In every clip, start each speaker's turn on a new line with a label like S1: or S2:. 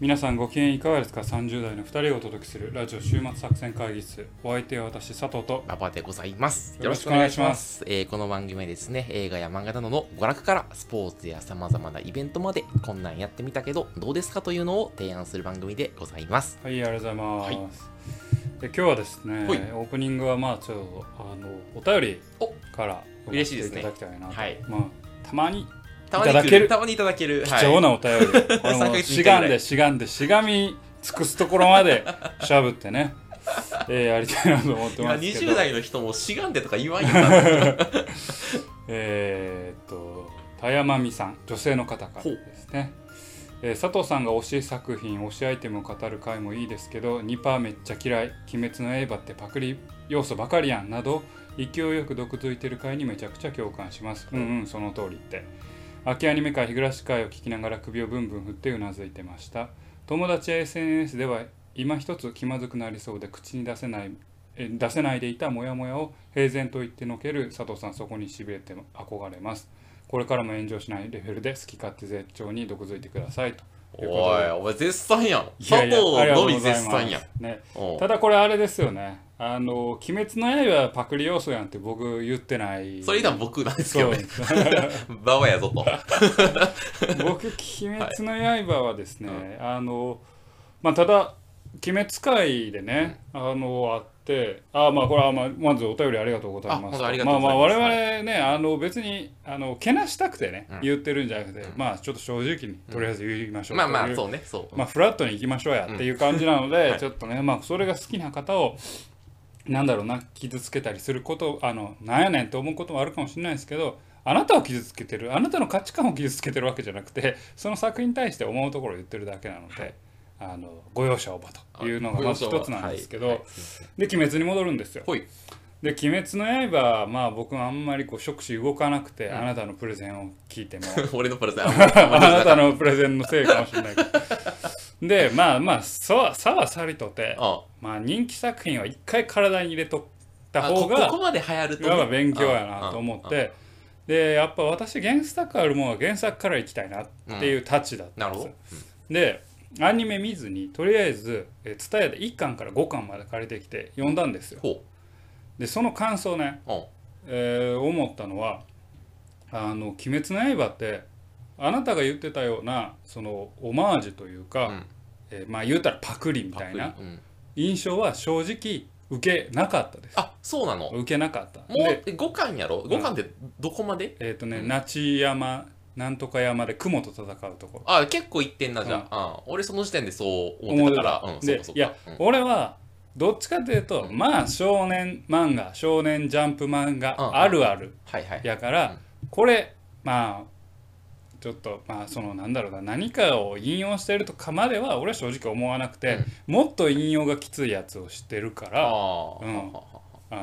S1: 皆さんご機嫌いかがですか ?30 代の2人をお届けするラジオ週末作戦会議室。お相手は私、佐藤と。
S2: 馬場でございます。
S1: よろしくお願いします
S2: よろしくお願いしま。えーこの番組はですね、映画や漫画などの娯楽からスポーツや様々なイベントまで、こんなんやってみたけど、どうですかというのを提案する番組でございます。
S1: はい、ありがとうございます。で今日はですね、オ
S2: はい
S1: ープニングはまあちょっとあのお便
S2: お
S1: りから
S2: 嬉しいですね
S1: 送っていただきたいなと。
S2: はい
S1: まあたまに
S2: たまに
S1: いただける
S2: たまにいただける。
S1: 貴重
S2: な。
S1: なお 便り、これ
S2: 三ヶ月に一回ぐ
S1: も
S2: ら
S1: う
S2: い
S1: しがんでしがんでしがみ尽くすところまでしゃぶってね、えーやりたいなと思って
S2: 今
S1: ますけど
S2: 20代の人もしがんでとか言わんよ な。
S1: えーっと田山美さん女性の方からですね、えー佐藤さんが推し作品推しアイテムを語る回もいいですけど「ニパーめっちゃ嫌い」「鬼滅の刃ってパクリ要素ばかりやん」など勢いよく毒づいてる回にめちゃくちゃ共感しますうんうんその通りって秋アニメ界日暮らし会を聞きながら首をブンブン振ってうなずいてました友達や SNS では今一つ気まずくなりそうで口に出せないえ出せないでいたモヤモヤを平然と言ってのける佐藤さんそこにしびれて憧れますこれからも炎上しないレベルで好き勝手絶頂に毒づいてくださいというこ
S2: お
S1: と
S2: い、
S1: で
S2: お前絶賛やん。
S1: い
S2: 佐
S1: やい
S2: 藤
S1: やありがと
S2: の
S1: うご
S2: み
S1: ざい
S2: 絶
S1: ます
S2: 賛やん。
S1: ね、
S2: おう
S1: ただこれあれですよねあの「鬼滅の刃」はパクリ要素やんって僕言ってない
S2: それ以段僕なんですけ
S1: そ
S2: ど
S1: う
S2: ね。馬場やぞと。
S1: 僕「鬼滅の刃」はですね、あのまあただ「鬼滅界」でね、あのあってあまあこれは、まあ、まずお便りありがとうござい
S2: あ
S1: ま
S2: 本
S1: す
S2: 当ありがと
S1: ま
S2: う
S1: あ
S2: ございま
S1: ま
S2: す
S1: あ我々ねあの別にあのけなしたくてね、言ってるんじゃなくて、まあちょっと正直にとりあえず言いましょう、
S2: まあま
S1: とい
S2: あ、
S1: う
S2: そうね、そう。
S1: まあ、フラットに行きましょうやっていう感じなの で、
S2: はい
S1: ちょっとね、まあ、それが好きな方をなんだろうな傷つけたりすることあのなんやねんと思うこともあるかもしれないですけどあなたを傷つけてるあなたの価値観を傷つけてるわけじゃなくてその作品に対して思うところを言ってるだけなので、あのご容赦をばというのがまず一つなんですけど、
S2: はいはい
S1: で「鬼滅」に戻るんですよ。
S2: ほい。
S1: で「鬼滅の刃」まあ僕はあんまりこう触手動かなくて、あなたのプレゼンを聞いても
S2: 俺のプレゼンあんまりあんま
S1: あ
S2: り
S1: なたのプレゼンのせいかもしれないけど。で、まあまあ、さは、さはさりとて、
S2: あ
S1: まあ人気作品は一回体に入れとった
S2: あここ
S1: 方が
S2: こ、まで流行ると
S1: い
S2: ね
S1: わば勉強やなと思っ
S2: うんうん
S1: て、で、やっぱ私原作あるもんは原作から行きたいなっていうたちだったんですよ。で、アニメ見ずに、とりあえず、えー、伝えで1巻から5巻まで借りてきて読んだんですよ。
S2: ほ
S1: で、その感想ね、
S2: う、うん、
S1: えー思ったのは「あの鬼滅の刃」ってあなたが言ってたようなそのオマージュというか、
S2: うん
S1: えーまあ言うたらパクリみたいな
S2: パクリうん
S1: 印象は正直受けなかったです
S2: あそうなのも
S1: 受けなかった
S2: う
S1: で
S2: 5巻やろ5巻ってどこまで、
S1: えっ、とね、
S2: うん
S1: 那智山なんとか山で雲と戦うところ
S2: あ結構いってんなじゃあ、うん俺その時点でそう思ってたから
S1: 思
S2: う
S1: っ
S2: ん
S1: て
S2: そう
S1: で
S2: かそうか
S1: いや、
S2: うん
S1: 俺はどっちかというと、まあ少年漫画少年ジャンプ漫
S2: うん
S1: 画あるある
S2: はいはい
S1: やから、これまあちょっとまあそのなんだろうな何かを引用してるとかまでは俺は正直思わなくて、もっと引用がきついやつをしてるか
S2: あ
S1: らあ
S2: ー、
S1: うん
S2: はは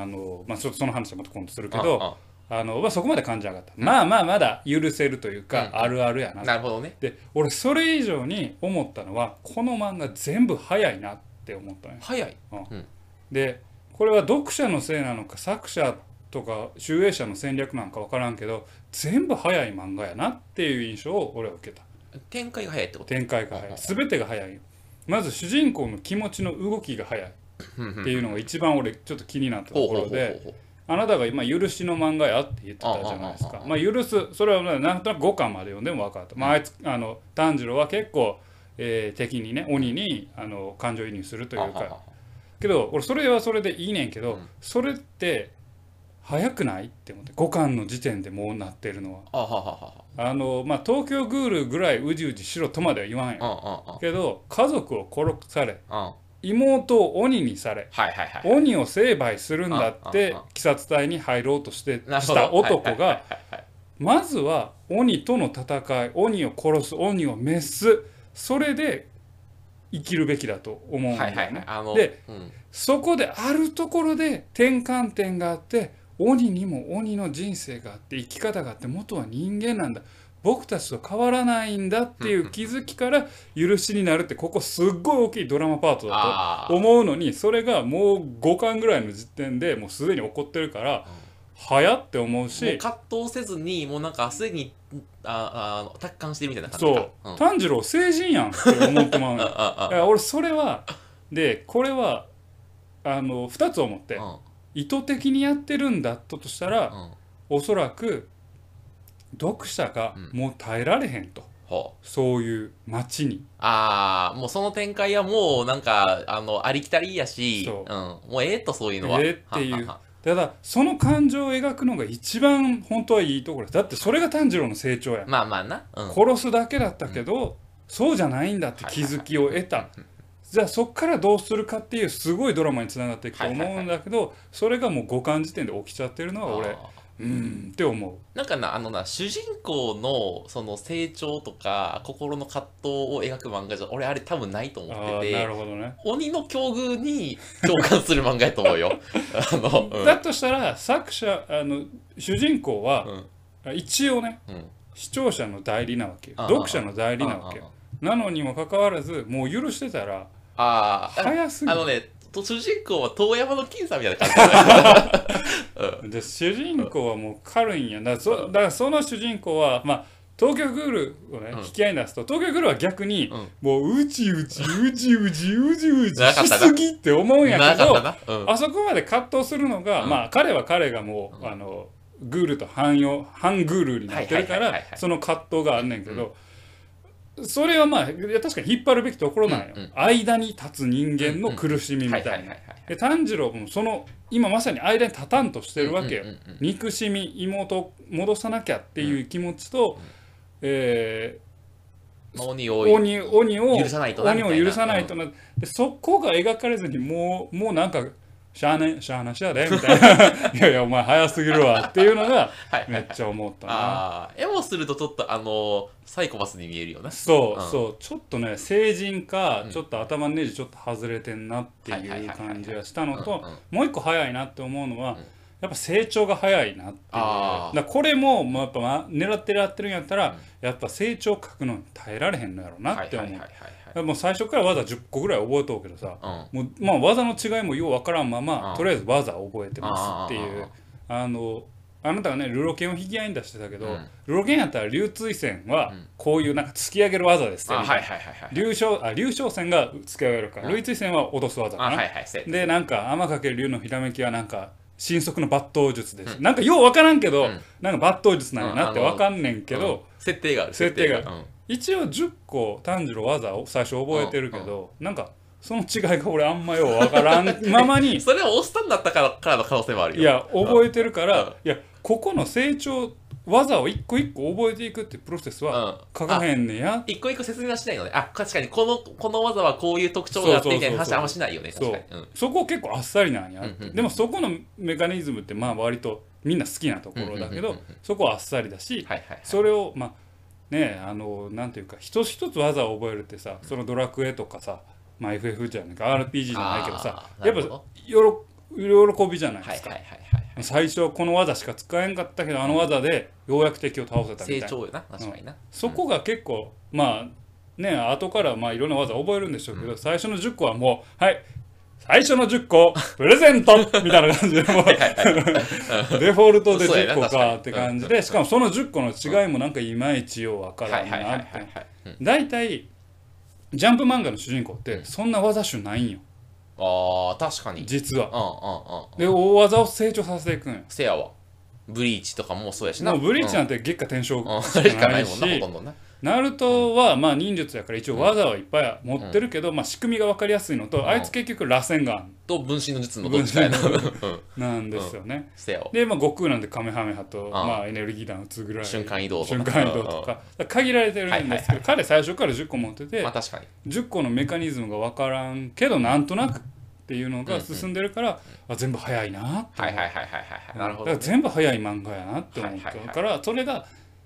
S1: のまあちょっとその話はまた今度するけ
S2: は
S1: どあの、まあ、そこまで感じなかった、まあまあまだ許せるというか、
S2: うん
S1: あるあるや
S2: あ
S1: な
S2: なるほどね
S1: で俺それ以上に思ったのはこの漫画全部早いなって思ったね
S2: 早い
S1: でこれは読者のせいなのか作者とか集英者の戦略なんか分からんけど全部早い漫画やなっていう印象を俺は受けた
S2: 展開が早いってこと
S1: 展開が早い全てが早いよまず主人公の気持ちの動きが早いっていうのが一番俺ちょっと気になったところで
S2: ほう
S1: あなたが今「許しの漫画や」って言ってたじゃないですかまあ許すそれはねなんとなく5巻まで読んでも分かった、まあ、あいつあの炭治郎は結構、えー敵にね鬼にあの感情移入するとい
S2: ほう
S1: う
S2: ほう
S1: かけど俺それはそれでいいねんけど、それって早くないって思って5巻の時点でもうなってるのは
S2: あははは
S1: あのまあ東京グールぐらいうじうじしろとまでは言わんよ
S2: は
S1: けど家族を殺され
S2: うんうんうんうん
S1: 妹を鬼にされ
S2: はいはいはい
S1: 鬼を成敗するんだっ
S2: うんう
S1: て
S2: んうん
S1: 鬼殺隊に入ろうとして
S2: なる
S1: し
S2: ほど
S1: た
S2: は
S1: 男
S2: いはい
S1: がまずは鬼との戦い鬼を殺す鬼を滅すそれで生きるべきだと思うんだ
S2: はいは
S1: よ
S2: いはい
S1: ね。
S2: あの
S1: で
S2: うん
S1: そこであるところで転換点があって鬼にも鬼の人生があって生き方があって元は人間なんだ僕たちと変わらないんだっていう気づきから許しになるってここすっごい大きいドラマパートだ
S2: あ
S1: と思うのにそれがもう5巻ぐらいの時点でもうすでに起こってるから早って思う
S2: ーもう
S1: し
S2: 葛藤せずにもうなんかすでに
S3: ああ、達観してるみたいな感じ
S1: そ
S3: か。
S1: う、
S3: ん、あ
S1: 炭治郎成人やんって思ってまうのよ
S3: あ、
S1: いや俺それはでこれはあの2つ思って
S3: ああ、
S1: 意図的にやってるんだったとしたら
S3: うん、うん。
S1: おそらく読者が
S3: うん
S1: もう耐えられへんと、
S3: ほう。
S1: そういう街に
S3: ああ、もうその展開はもうなんか、あの、ありきたりやし、。
S1: そうん
S3: もうええと、そういうのは。
S1: ええっていう
S3: はは
S1: ただその感情を描くのが一番本当はいいところですだってそれが炭治郎の成長やん、
S3: まあまあな。うん。
S1: 殺すだけだったけど、そうじゃないんだって気づきを得た、じゃあそこからどうするかっていうすごいドラマにつながっていくと思うんだけど、それがもう五感時点で起きちゃってるのは
S3: あ
S1: 俺
S3: ー
S1: うーんって思う
S3: なんかな、あのな、主人公のその成長とか、心の葛藤を描く漫画じゃ、俺あれ多分ないと思
S1: あ
S3: っ
S1: あ
S3: て
S1: ーな
S3: て
S1: る、ほどね、
S3: 鬼の境遇に共感する漫画やと思うよ。 あの、うん。
S1: だとしたら作者あの主人公は、
S3: うん。
S1: 一応ね
S3: うん。
S1: 視聴者の代理なわけよ
S3: ああ
S1: 読者の代理なわけ
S3: あ
S1: よなのにもかかわらずもう許してたら
S3: あー、
S1: 早すぎ
S3: あ
S1: る
S3: のね、と主人公は遠山の金さんみたいな感じうん
S1: で主人公はもう軽いんやだからそだからその主人公はまあ東京グールをね、
S3: うん
S1: 引き合いに出すと東京グールは逆に、
S3: うん
S1: もううちうちうちう ちうちうち
S3: なか
S1: し
S3: ったな
S1: すぎって思うんや
S3: な
S1: け
S3: か
S1: ど
S3: ったな。 うん。
S1: あそこまで葛藤するのが、
S3: うん
S1: まあ彼は彼がもう、
S3: うん
S1: あのグールと汎用反グールになってるか
S3: はいは
S1: ら
S3: いはいはいはい
S1: その葛藤があんねんけど、それはまあいや確かに引っ張るべきところなんよ、
S3: うんうん
S1: 間に立つ人間の苦しみみたいな、
S3: はいはいはいはい
S1: で炭治郎もその今まさに間に立たんとしてるわけよ、
S3: うんうんうんうん
S1: 憎しみ妹を戻さなきゃっていう気持ちと、え
S3: まあ鬼
S1: ー
S3: 多い。
S1: 鬼鬼を
S3: 許さないとなみたいな
S1: 鬼を許さないとな、でそこが描かれずにもうもうなんかしゃあねしゃあなしやでみたい ないやいやお前早すぎるわっていうのが
S3: はいはい
S1: めっちゃ思ったな
S3: ああ、絵をするとちょっとあの、サイコパスに見えるよな。
S1: そう、
S3: うん
S1: そうちょっとね成人か、
S3: うん
S1: ちょっと頭のネジちょっと外れてんなって
S3: はいはいはい
S1: いう
S3: はいはい
S1: 感じがしたのと、
S3: うんうん
S1: もう一個早いなって思うのは、
S3: ん
S1: やっぱ成長が早いなっていう
S3: あ
S1: だ
S3: ー
S1: からこれも、まあ、やっぱ、まあ、狙って狙ってるんやったら、
S3: うん
S1: やっぱ成長書くのに耐えられへんのやろうなって思う、
S3: はいはいはい
S1: もう最初から技10個ぐらい覚えとうけどさ、
S3: はいはい。
S1: もうまあ、技の違いもようわからんまま、
S3: うん
S1: とりあえず技覚えてますっていう
S3: あ
S1: あのあなたがねルロケンを引き合いに出してたけど、
S3: うん
S1: ルロケンやったら流追戦は
S3: うん
S1: こういうなんか突き上げる技です
S3: うん。あ
S1: よ、
S3: は
S1: み
S3: い
S1: たな
S3: はいいはいはい。
S1: 流昇あ流昇戦が突き上げるから、
S3: うん
S1: 類追戦は脅す技
S3: あ
S1: か
S3: はい
S1: な、
S3: はいはい。
S1: でなんか天かける竜のひらめきはなんか神速の抜刀術です、なんかよう分からんけど、
S3: うん
S1: なんか抜刀術なんやなって分かんねんけど、
S3: うん、設定がある。
S1: 設定が
S3: うん
S1: 一応10個炭治郎技を最初覚えてるけど、なんかその違いが俺あんまよう分からんまま に
S3: それを押したんだったからからの可能性もあるよ。
S1: いや覚えてるから、
S3: うん
S1: いやここの成長技を一個一個覚えていくってプロセスは
S3: う
S1: 書
S3: ん
S1: かへんねや、
S3: 一個一個説明はしないのね。あ、確かにこの、この技はこういう特徴があってみたいな
S1: そうそうそうそ
S3: 話
S1: う
S3: あんましないよね。確
S1: そ
S3: か
S1: う
S3: に。うん。
S1: そこ結構あっさりなんやって、
S3: うんうん
S1: でもそこのメカニズムってまあ割とみんな好きなところだけど、
S3: うんうんうん
S1: そこはあっさりだし、
S3: はいはいはい。
S1: それをまあねあのなんていうか一つ一つ技を覚えるってさそのドラクエとかさ、まあ、FF じゃないか RPG じゃないけどさ
S3: あー
S1: やっ
S3: なるほ
S1: ぱよろ喜びじゃないで
S3: はい
S1: すか、
S3: はいはいはい。
S1: 最初この技しか使えんかったけどあの技でようやく敵を倒せたみたい
S3: 成
S1: な
S3: 長よな。確かにな。
S1: そこが結構まあね後からまあいろんな技覚えるんでしょうけど、最初の10個はもうはい最初の10個プレゼントみたいな感じでもう デフォルトで
S3: そうや
S1: 10
S3: な
S1: 個
S3: 確か
S1: か
S3: に
S1: って感じ
S3: うんう
S1: でしかもその10個の違いもなんかいまいちようわから
S3: は
S1: ん
S3: いはいは
S1: な
S3: いはい
S1: って
S3: はい。うん
S1: 大体ジャンプ漫画の主人公ってそんな技種ないんよ
S3: ああ、確かに。
S1: 実は
S3: うんうんうん。
S1: で大技を成長させていくんよ
S3: せやわ。ブリーチとかもそうやしな。
S1: もうブリーチ
S3: う
S1: なんんて月下転生
S3: うん
S1: し
S3: それし
S1: か
S3: か
S1: な
S3: ない
S1: い
S3: もんな、ほ
S1: し
S3: とんどな。
S1: ナルトはまあ忍術やから一応技はいっぱい持ってるけど、まあ、仕組みが分かりやすいのと、
S3: ん
S1: あいつ結局螺旋が
S3: と、分身の術のどっちかやな。 うん
S1: なんですよね、
S3: せやわ。
S1: で、まあ、悟空なんてカメハメハと、
S3: ん
S1: まあ、エネルギー弾打つぐらい
S3: 瞬間移動とか。
S1: 瞬間移動とかだから限られてるんですけど、彼最初から10個持って
S3: うん。
S1: て
S3: まあ確かに。
S1: 10個のメカニズムが分からんけどなんとなくっていうのが進んでるから、あ全部早いなって思
S3: は
S1: う
S3: いはいはいはいはい。なるほど
S1: だから。全部早い漫画やなって思った
S3: はいはいはい
S1: からそれが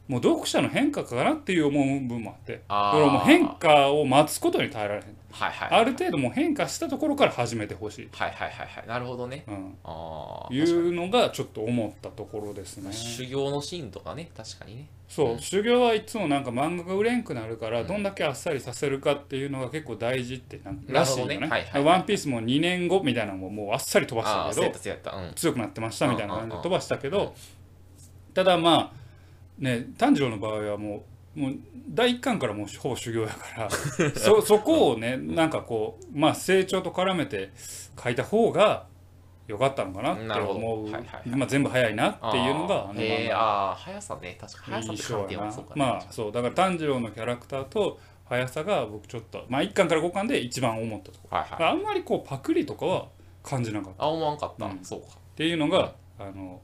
S1: もう読者の変化かなっていう思う部分もあって
S3: あー
S1: だからもう変化を待つことに耐えられへん
S3: はいはい。
S1: ある程度もう変化したところから始めてほしい、
S3: はいはいはいはい。なるほどね。
S1: うん、
S3: ああ。
S1: い
S3: 確か
S1: うのがちょっと思ったところですね
S3: に修行のシーンとかね、確かにね。
S1: そう、修行はいつもなんか漫画が売れんくなるからどんだけあっさりさせるかっていうのが結構大事ってなんからしいよね
S3: なるほどねはいはい
S1: ワンピースも2年後みたいなのももうあっさり飛ば
S3: ああ、
S1: した
S3: そう
S1: け
S3: やっ
S1: ど
S3: たそうやった。うん。
S1: 強くなってましたみたいな感じ
S3: うんうん
S1: で
S3: うん
S1: 飛ばしたけどただまあね炭治郎の場合はもうもう第一巻からもうほぼ修行やから そそこをねなんかこうまあ成長と絡めて書いた方が良かったのかなって
S3: なるほど
S1: 思う、
S3: はいはいはい
S1: まあ、全部早いなっていうのがあの漫画
S3: えー、あー速さね確か速さって観点はそうかね
S1: まあそうだから炭治郎のキャラクターと速さが僕ちょっとまあ1巻から5巻で一番思ったとこ
S3: はいはい
S1: あんまりこうパクリとかは感じなかったっ
S3: あ思わんかった、
S1: うん
S3: そうか
S1: ていうのがあの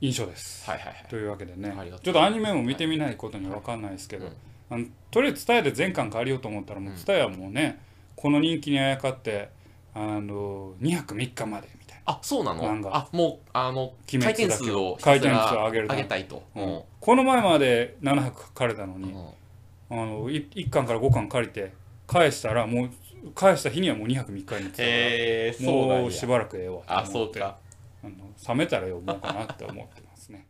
S1: 印象です、
S3: はいはいはい
S1: というわけでね
S3: ありがとう
S1: ちょっとアニメも見てみないことには分かんないですけど、
S3: はい
S1: あのとりあえず伝えで全巻借りようと思ったらもう伝えはもうね、この人気にあやかってあの2泊3日までみたい
S3: あそうなの
S1: 漫画
S3: あもうあの
S1: 鬼滅だ
S3: 回
S1: け
S3: 転数を
S1: 回転数を上げる
S3: 上げたいと、
S1: な、うんこの前まで7泊借りたの
S3: う
S1: に、
S3: んうん
S1: あのい1巻から5巻借りて返したらもう返した日にはもう2泊3日になってたから
S3: へえそうなん
S1: も
S3: や
S1: うしばらくええわ
S3: あ
S1: と
S3: そ
S1: 思っ
S3: う
S1: て
S3: か
S1: あの冷めたら読もうかなって思ってますね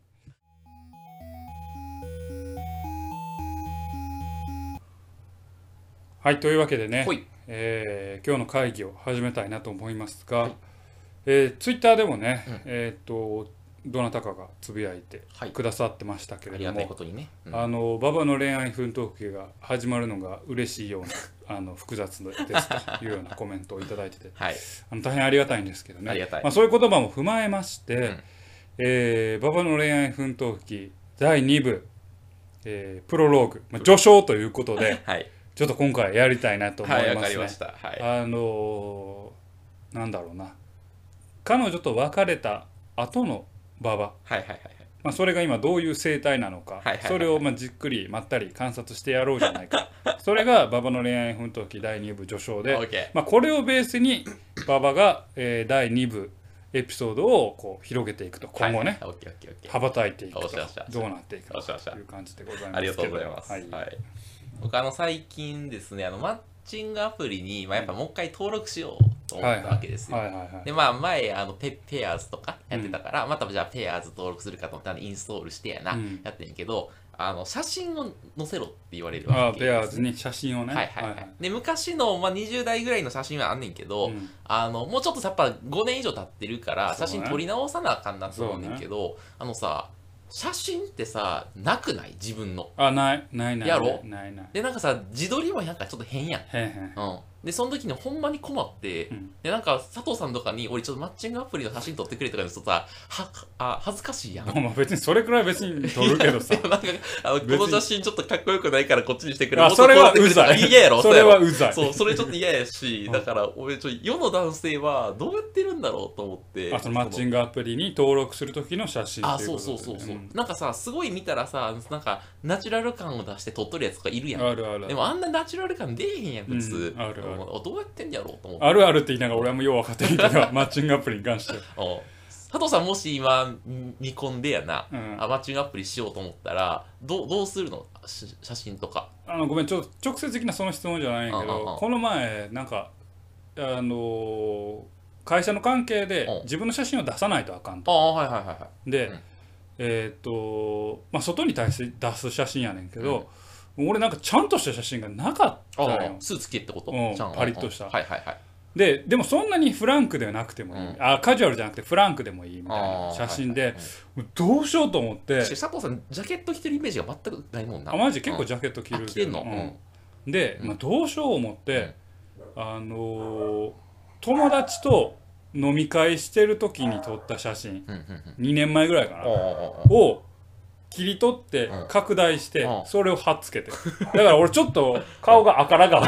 S1: はいというわけでね
S3: ほい
S1: えー今日の会議を始めたいなと思いますが、えツイッター Twitter でもね、
S3: うん
S1: えーっとどなたかがつぶやいて
S3: はい
S1: くださってましたけ
S3: あ
S1: れ
S3: り
S1: ど
S3: がたい
S1: も
S3: ことにね、うん
S1: あの馬場の恋愛奮闘記が始まるのが嬉しいようなあの複雑ですというようなコメントをいただいてて
S3: はい
S1: あの大変ありがたいんですけどね
S3: ありがたい
S1: まあ、そういう言葉も踏まえまして、
S3: ん
S1: えー馬場の恋愛奮闘記第2部、えープロローグ、まあ、序章ということで
S3: はい
S1: ちょっと今回やりたいなと思いま
S3: は
S1: す
S3: い
S1: ね。
S3: わかりましたはい
S1: あのーなんだろうな彼女と別れた後の馬場
S3: はいはいはい
S1: まあ、それが今どういう生態なのか、
S3: いはいはい
S1: それをまあじっくりまったり観察してやろうじゃないかそれが馬場の恋愛奮闘記第2部序章で、
S3: はい OK
S1: まあ、これをベースに馬場が、えー第2部エピソードをこう広げていくと今後ね、
S3: はいはい OKOKOK
S1: 羽ばたいていく
S3: よ
S1: と
S3: っしゃよっしゃ
S1: どうなっていくか
S3: よっしゃよっしゃ
S1: という感じでございますけど
S3: ありがとうございます。
S1: は
S3: はいい。僕あの最近ですね、あのマッチングアプリに、まあ、やっぱもう一回登録しようと思
S1: はい
S3: っ
S1: はい
S3: たわけですよ。
S1: はいはいはい
S3: でまあ、前あのペ、ペアーズとかやってたから、またじゃあペアーズ登録するかと思ったらインストールしてやな、
S1: うん
S3: やってんけどあの、写真を載せろって言われる
S1: あ
S3: わ
S1: ー
S3: け
S1: ベアーズに写真をね
S3: はいはいはいで昔の、まあ、20代ぐらいの写真はあんねんけど、
S1: うん
S3: あのもうちょっとやっぱ5年以上経ってるから
S1: そう
S3: 写
S1: ね
S3: 真撮り直さなあかんなと思うねんけど、あのさ写真ってさなくない自分の。
S1: あないないない
S3: やろ
S1: ないない
S3: でなんかさ自撮りもなんかちょっと変やん。
S1: へんへん
S3: うん、でその時にほんまに困って、
S1: うん
S3: でなんか佐藤さんとかに「俺ちょっとマッチングアプリの写真撮ってくれ」とか言うとさはあ恥ずかしいやん。
S1: まあまあ別にそれくらい別に撮るけどさ
S3: でも なんかあの
S1: 別に
S3: この写真ちょっとかっこよくないからこっちにしてくれ
S1: あ
S3: もうちょっと
S1: それは
S3: こうやってくれとか
S1: うざい
S3: 嫌やろ
S1: それは
S3: う
S1: うざい
S3: そうそれちょっと嫌やし
S1: うん
S3: だから俺ちょ世の男性はどうやってるんだろうと思って
S1: あそのマッチングアプリに登録する時の写真
S3: あ
S1: っていう
S3: そ
S1: こ
S3: う
S1: と
S3: そう
S1: で
S3: そうそう、
S1: ん
S3: なんかさすごい見たらさなんかナチュラル感を出して撮っとるやつとかいるやん
S1: あるある
S3: でもあんなナチュラル感出えへんやん普通、
S1: うんあるある
S3: おどうやってんやろうと思って
S1: あるあるって言いながら俺はもうよう分かってんけ どマッチングアプリに関しては
S3: お佐藤さんもし今見込んでやな、
S1: うん
S3: あマッチングアプリしようと思ったらどうどうするのし写真とか
S1: あのごめんちょっと直接的なその質問じゃないんやけ
S3: うんうんう
S1: ど
S3: ん
S1: この前なんかあのー会社の関係で
S3: うん
S1: 自分の写真を出さないとあかん
S3: あ
S1: と
S3: あはいはいはいはい
S1: で、
S3: うん
S1: えーっとまあ外に対して出す写真やねんけど、俺なんかちゃんとした写真がなかった
S3: あ
S1: よ
S3: あスーツ着てってこと
S1: うん
S3: ちゃん
S1: パリッとした
S3: うんはいはいはい
S1: ででもそんなにフランクではなくてもいい、
S3: うん
S1: あカジュアルじゃなくてフランクでもいいみたい
S3: あ
S1: な
S3: ー
S1: 写真で、
S3: はいはい
S1: もうどうしようと思って
S3: し佐藤さんジャケット着てるイメージが全くないもんな
S1: あマジ結構
S3: ャ
S1: ジャケット着
S3: ケッ
S1: る
S3: ト着
S1: け
S3: てん
S1: ど
S3: の、うん
S1: うんで、まあ、どうしよう思っ
S3: うん
S1: て、あのー友達と飲み会してる時に撮った写真
S3: うんうんうん
S1: 2年前ぐらいかな、
S3: ああああ
S1: を切り取って
S3: うん
S1: 拡大して、
S3: うん
S1: それを貼っつけて、だから俺ちょっ と顔があから顔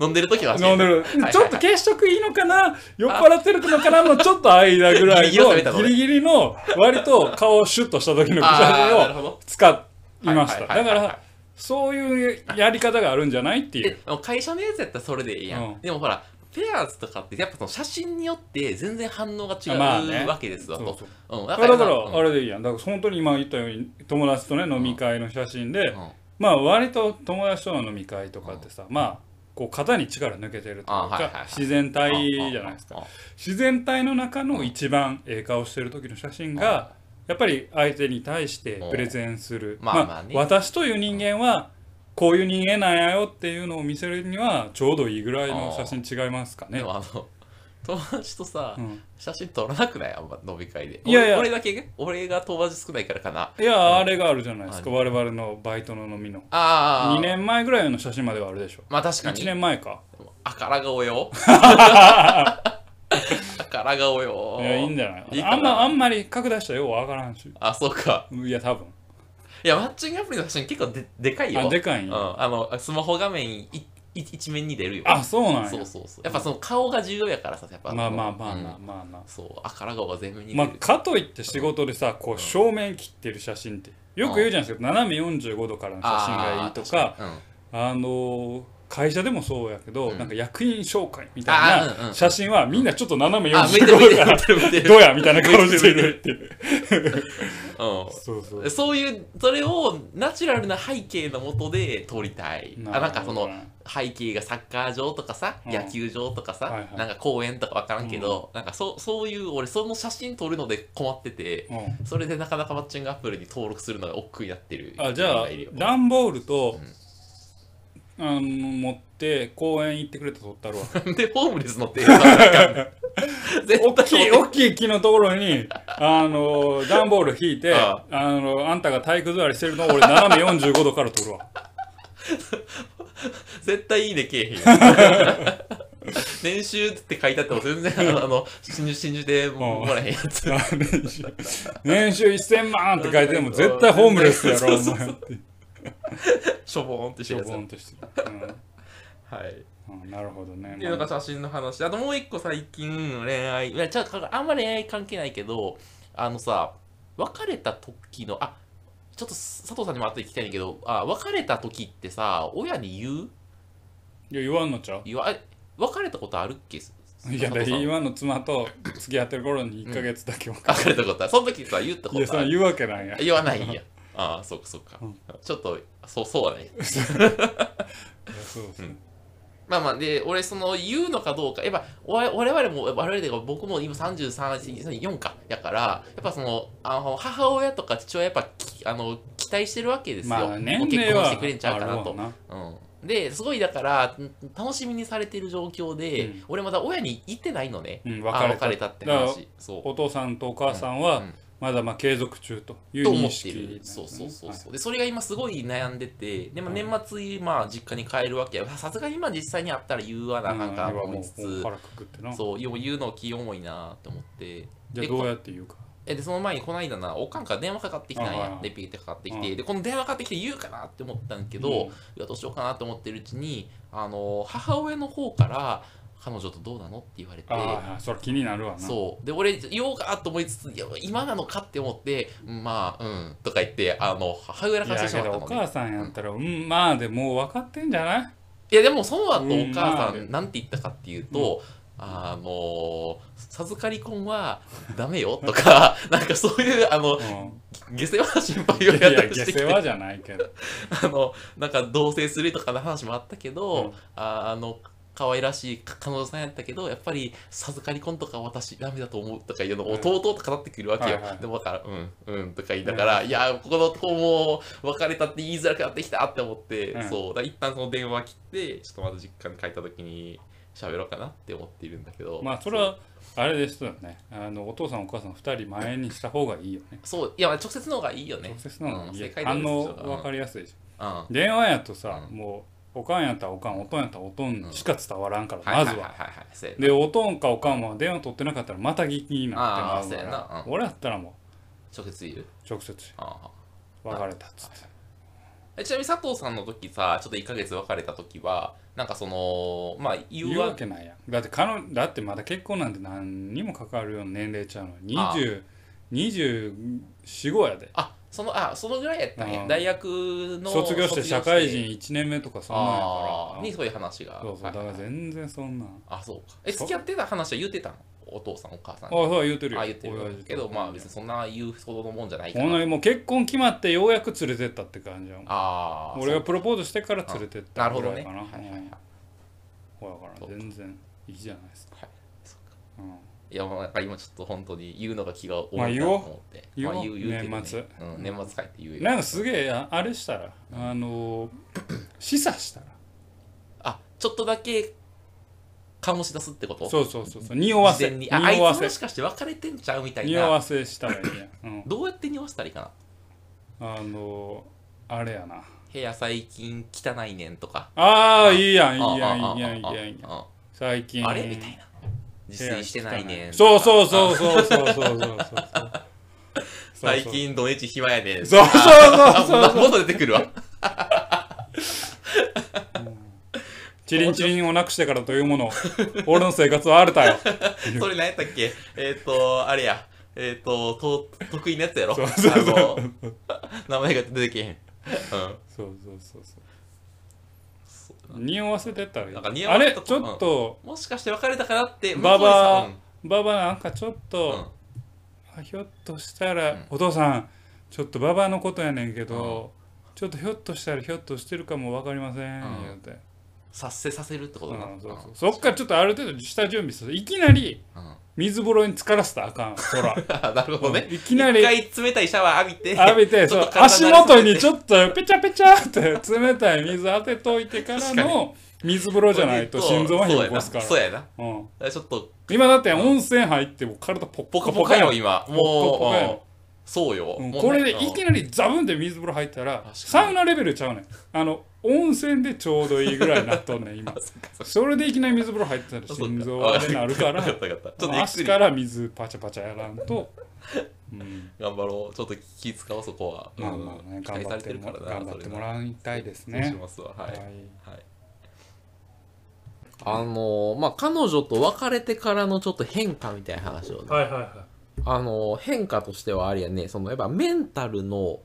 S3: 飲んでる時は
S1: 飲んでる
S3: いはい
S1: ちょっと軽食いいのかな酔っ払ってるのかなのちょっと間ぐらい
S3: ギリギリを攻めた
S1: の
S3: の
S1: ギリ
S3: ね
S1: ギリの割と顔をシュッとした時の
S3: あ
S1: 写
S3: あなる
S1: 真を
S3: ほど
S1: 使いましただ
S3: はいはい
S1: か
S3: はいはい
S1: らそういうやり方があるんじゃないっていう
S3: で会社のやつやったらそれでいいやん、
S1: うん
S3: でもほらペアーズとかってやっぱその写真によって全然反応が違う、
S1: まあね
S3: わけですわ
S1: そう
S3: と
S1: そう
S3: うん
S1: だ
S3: だ
S1: からだから
S3: うん
S1: あれでいいやんだから本当に今言ったように友達とね飲み会の写真で
S3: うん
S1: まあ割と友達との飲み会とかってさまあこう肩に力抜けてるという
S3: あはいはいは
S1: か
S3: い
S1: 自然体じゃないですか
S3: か。
S1: 自然体の中の一番ええ顔してる時の写真がやっぱり相手に対してプレゼンする、
S3: うんまあまあね
S1: 私という人間はこういう人間なんやよっていうのを見せるにはちょうどいいぐらいの写真違いますかね
S3: でもあの友達とさ、
S1: うん
S3: 写真撮らなくないあんま飲み会で。
S1: いやいや
S3: 俺俺だけ俺が友達少ないからかな。
S1: いやあれがあるじゃないですか
S3: あ
S1: 我々のバイトの飲みの
S3: ああ。
S1: 2。年前ぐらいの写真まではあるでしょ
S3: まあ確かに。
S1: 1年前か
S3: あから顔 よ。あから顔よ。
S1: いやいいんじゃない
S3: いい
S1: あ
S3: かな
S1: んまあんまり拡大したらようわからんし
S3: あ、そうか。
S1: いや多分
S3: いや、マッチングアプリの写真結構ででかいよ。
S1: あでかいん
S3: う
S1: や
S3: ん。あの、スマホ画面いい一面に出るよ。
S1: あそうなん
S3: そ
S1: や
S3: うそうそう。やっぱその顔が重要やからさ、やっぱ。
S1: まあまあまあ
S3: うん
S1: まあまあまあ
S3: そう、あから顔が全面に出
S1: まあ
S3: る。
S1: かといって仕事でさこう正面切ってる写真ってよく言うじゃないですか斜め45度からの写真がいいとか
S3: あー。確に
S1: あのー会社でもそうやけど、
S3: うん
S1: なんか役員紹介みた
S3: あーうん
S1: いうなん写真はみんなちょっと斜め
S3: うんあ、見てる見
S1: 45
S3: て
S1: 度か
S3: る見
S1: ら
S3: てる見てる。
S1: どうやみたいな顔してるっていう
S3: うん。
S1: そうそう
S3: そういう、それをナチュラルな背景のもとで撮りたい。あなんかそ
S1: なるほど
S3: の
S1: ね
S3: 背景がサッカー場とかさ、
S1: うん
S3: 野球場とかさ、
S1: はいはい
S3: なんか公園とかわからんけど、なんかそうそういう、俺その写真撮るので困ってて、
S1: うん
S3: それでなかなかマッチングアプリに登録するのが億劫になってる。
S1: あじゃあ
S3: 人がいるよ
S1: 段ボールと、あの持って公園行ってくれたら撮ったるわ
S3: で、ホームレスのテーマなんか
S1: 大
S3: 絶対
S1: きい大きい木のところにあの段ボール引いて
S3: あ
S1: あのあんたが体育座りしてるのを俺斜め45度から撮る わ
S3: 絶対いいねけえへんよ。 年収って書いてあっても全然あのあの真珠真珠でもらえへんやつ。
S1: 年収年収1000万って書いてて も絶対ホームレスやろお
S3: そうそう
S1: 前 って
S3: しょぼーんってして
S1: しょ
S3: るやつ
S1: ぼ。んとしてる、
S3: はい。
S1: うんうんなるほどね
S3: っていうのが写真の話あともう一個最近恋愛いやちょっとあんま恋愛関係ないけどあのさ別れた時のあちょっと佐藤さんにも後で聞きたいんだけどあ別れた時ってさ親に言う
S1: いや言わんのちゃう
S3: 言わあ別れたことあるっけ
S1: いや
S3: 佐
S1: だ
S3: 藤さん
S1: 今の妻と付き合ってる頃に1ヶ月だけ分か
S3: 別れたことあるその時さ言った
S1: るい
S3: こ
S1: や
S3: と
S1: そ
S3: あ
S1: れ
S3: る
S1: 言うわけないや
S3: 言わないんやああそっかそっか、
S1: うん
S3: ちょっとそうそうはない
S1: いやそうそう、
S3: まあまあ、で、俺、その、言うのかどうか、やっぱ、わ我々も、我々で、僕も今33、4か、やから、やっぱその、あの母親とか父親、やっぱき、あの、期待してるわけですよ。
S1: まあ年
S3: もう結
S1: 齢
S3: 婚
S1: は
S3: してくれんちゃうかな
S1: あ
S3: と
S1: る。わ
S3: うん、で、すごい、だから、ん楽しみにされてる状況で、
S1: うん
S3: 俺まだ親に言ってないのね。
S1: うん
S3: あ
S1: 別
S3: 別
S1: れ
S3: れ
S1: た
S3: たって
S1: だか
S3: 話。そう。
S1: お父さんとお母さん
S3: う
S1: は
S3: ん
S1: まだまあ継続中という
S3: と思
S1: 認
S3: って
S1: 識なん
S3: る
S1: で。す
S3: そ
S1: ね
S3: うそうそう
S1: はい
S3: そう。で、それが今すごい悩んでて、でも年末、まあ、実家に帰るわけや。さすがに今実際に会ったら言わなあかんかと
S1: うん
S3: 思いつ
S1: 今もう
S3: つ、
S1: 腹くくってな
S3: そう、よう言うの気重いなと思って。
S1: じゃあ
S3: で
S1: どうやって言うか
S3: えで、その前にこの間な、おかんから電話かかってきたん
S1: あはいは
S3: や。
S1: い
S3: レピーってかかってき
S1: う
S3: て。
S1: ん
S3: で、この電話かかってきて言うかなって思ったんけど、
S1: うん
S3: いや、どうしようかなと思ってるうちに、あの、母親の方から、彼女とどうなのって言われて、
S1: ああそれ気になるわな
S3: そう。で、俺、言おうかと思いつつ、いや今なのかって思って、うんまあ、うん、とか言って、あの、母親が
S1: い
S3: 貸して
S1: や
S3: し
S1: け
S3: まっ
S1: ど
S3: た
S1: お
S3: のね。
S1: 母さんやったらうんまあでもう分かってんじゃない
S3: いや、でも、その後お母さ
S1: うん
S3: ん、なんて言ったかっていうと、あの、授かり婚はダメよとか、なんかそういう、あの、
S1: うん
S3: 下世話心配
S1: い
S3: を
S1: やい
S3: やった
S1: や
S3: り
S1: 下
S3: してき
S1: 世
S3: て、
S1: 話じゃないけ ど
S3: あの、なんか同棲するとかの話もあったけ
S1: う
S3: ど
S1: ん、
S3: ああの、可愛らしい彼女さんやったけど、やっぱり授かり婚とか私ダメだと思うとかいうの
S1: う
S3: を
S1: ん
S3: とうとうと語ってくるわけよ。
S1: はいはい
S3: でもだから、うん、うんとか言いながら、いや、ここのとこもう別れたって言いづらくなってきたって思って、
S1: うん
S3: そう、だから一旦その電話切って、ちょっとまた実家に帰った時に喋ろうかなって思っているんだけど。
S1: まあそれはあれですよねあのお父さんお母さん2人前にした方がいいよね
S3: そう、いや、直接の方がいいよね。
S1: 直接なのがいい
S3: うん
S1: よ
S3: 正解
S1: 反応
S3: ですよ
S1: 分かりやすいし
S3: うんうん
S1: 電話やとさ、
S3: う
S1: もうおかんやったらおかんおとんやったらおとんしか伝わらんから、
S3: い
S1: ま
S3: い
S1: ず
S3: い
S1: は。
S3: はいはいそうやな
S1: でおとんかおかんも電話取ってなかったらまた聞きになってまうか
S3: あーそうやな
S1: ら
S3: う
S1: 俺やったらも
S3: 直接言う
S1: う直接
S3: あ
S1: 別れたっつって
S3: あちなみに佐藤さんの時さちょっと1ヶ月別れた時はなんかそのまあ言
S1: 言
S3: う
S1: うわ
S3: わけ
S1: けないやんだって彼女だってまだ結婚なんて何にも関わるような年齢ちゃうの
S3: あ
S1: 20 2425やで
S3: あそのあそのぐらいやったんや、
S1: うん
S3: 大学の
S1: 卒業して社会
S3: 卒業して
S1: 人1年目とかそんなんや
S3: あ
S1: か
S3: あ
S1: ら
S3: にそういう話が
S1: そうそうだ
S3: はい
S1: か
S3: はい
S1: ら全然そんなんあ
S3: あそうかえ
S1: そう
S3: 付き合ってた話は言ってたんお父さんお母さん
S1: あ
S3: に
S1: そう言うてるよ
S3: あ言って
S1: 親
S3: る
S1: 父と
S3: けどまあ別にそんな言うほどのもんじゃないか
S1: ほ
S3: ら
S1: んまにもう結婚決まってようやく連れてったって感じやもん
S3: ああ
S1: 俺がプロポーズしてから連れてっ
S3: な
S1: た
S3: るほ
S1: ぐ
S3: ど
S1: ら
S3: ね
S1: いかな
S3: はいはいは
S1: う
S3: い
S1: んほやから全然いいじゃないですか、
S3: そっか
S1: うん
S3: いやもうなんか今ちょっと本当に言うのが気が重い
S1: まあ
S3: な
S1: 言
S3: と
S1: おう
S3: 思って、
S1: 言おう
S3: まあ、言う言うけど、ね、
S1: 年末
S3: うん、年末帰って言うよ
S1: なんかすげえああれしたら あのー示唆したら
S3: あちょっとだけ
S2: 醸し出すってこと
S1: そうそうそうそう匂わ
S2: 事
S1: せ
S2: 前に
S1: 匂
S2: ああい
S1: わ
S2: つ
S1: せ
S2: もしかして別れてんちゃうみたい
S1: 匂
S2: な
S1: わせしたらいい やん、うん、
S2: どうやって匂わせたらいいかな
S1: あのあれやな
S2: 部屋最近汚いねんとか
S1: ああいいやんいいや
S2: あああ
S1: ん
S2: あ
S1: いいやんいいやんいいやん
S2: あ
S1: 最近
S2: ああれみたいな自炊してないねんと
S1: そう
S2: か
S1: そうそうそうそう そうそうそうそう
S2: 最近土日暇やねん
S1: そうそう
S2: あ
S1: そうそう
S2: ももっと出てくる わ
S1: チリンチリンをなくしてからというもの 俺の生活は荒れたよ
S2: それ何やったっけえっ、と、あれや。えっ、とと、得意なやつやろ
S1: そうそうそう
S2: あの名前が出てけへん。う
S1: そうそうそうそう匂わせてったらい
S2: なんか
S1: い
S2: 匂
S1: あ
S2: わせ
S1: れ
S2: とか
S1: ちょっと
S2: ん。もしかして別れたからって、
S1: ババ
S2: 向こ
S1: ババなんかちょっ
S2: うにさ
S1: とあひょっとしたらお父さんちょっとババのことやねんけどちょっとひょっとしたらひょっとしてるかも分かりません
S2: うん
S1: 言うて
S2: うん。察せさせるってこと
S1: う
S2: だな。
S1: んそうそうそっからちょっとある程度下準備するいきなり
S2: うん
S1: 水風呂に浸からせたらあかんそら
S2: なるほどね。
S1: いきなり
S2: 一回冷たいシャワー浴びて。
S1: 浴びて
S2: ち
S1: そ
S2: ょっ
S1: う
S2: と体
S1: 足元にち
S2: ょっ
S1: ょっとペチャペチャって冷たい水当てといてから
S2: 確か
S1: の水風呂じゃないと心臓は火起こすから
S2: そうやな。
S1: うん、
S2: そうやなちょっと、
S1: 今だって温泉入ってもう体ポッ
S2: ポ
S1: ポ
S2: カ
S1: カ
S2: ポ
S1: ポ
S2: カ
S1: カ
S2: よ、
S1: よ、
S2: 今。
S1: ポッ
S2: も
S1: カポカやん
S2: う、そうよ。
S1: うん
S2: もう
S1: これ
S2: ね
S1: でいきなりザブンって水風呂入ったら
S2: かに
S1: サウナレベルちゃうねんあの温泉でちょうどいいぐらいになっとんね ん今それでいきなり水風呂入ってたら
S2: うんそう
S1: 心臓はねなるか
S2: わ
S1: ら
S2: ったわかった ちょっとゆっく
S1: 足
S2: り
S1: から水パチャパチャやらんと、うん、
S2: 頑張ろう。ちょっと気使おう、そこは。
S1: まあまあね
S2: うん期
S1: 頑
S2: 待
S1: 張
S2: さ
S1: っ
S2: れ
S1: て
S2: てる
S1: も
S2: からな
S1: 頑張っても
S2: そ
S1: らいたいです
S2: れなそう
S1: ね
S2: しますわ。はい。
S1: は
S2: はい
S1: い
S3: あのーまあ、彼女と別れてからのちょっと変化みたいな話をね、
S1: はいはいは
S3: あのー変化としてはあれやね、そのやっぱメンタルの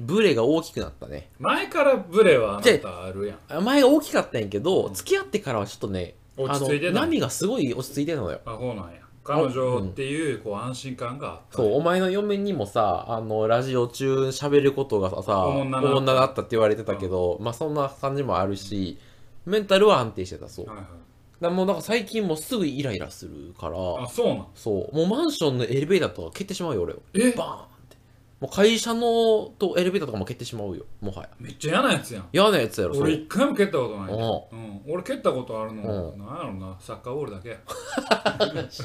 S3: ブレが大きくなったね。
S4: い前からブレはあなたあるやん
S3: 前が大きかったんやけど、付き合ってからはちょっとね、
S4: 落ち着いて
S3: あ
S4: た
S3: の
S4: あ
S3: 波がすごい落ち着いてたのよ。
S4: そうなんや彼女っていうこう安心感があった
S3: そう、お前の嫁にもさ、あの、ラジオ中喋ることがさ、
S4: おもんなな
S3: おだったって言われてたけど、まあそんな感じもあるし、メンタルは安定してた、そう。だ
S4: はい
S3: か
S4: はい
S3: らもうなんか最近もうすぐイライラするから、
S4: あそうなん
S3: そう、もうマンションのエレベーターとか蹴ってしまうよ、俺を。
S4: え
S3: バーンって。もう会社のとエレベーターとかも蹴ってしまうよ、もはや。
S4: めっちゃ嫌なやつやん
S3: 嫌なやつやろ、そ
S4: 俺
S3: れ。
S4: 一回も蹴ったことない
S3: うん
S4: うん、俺蹴ったことあるの、
S3: う
S4: なんやろなサッカーボールだけ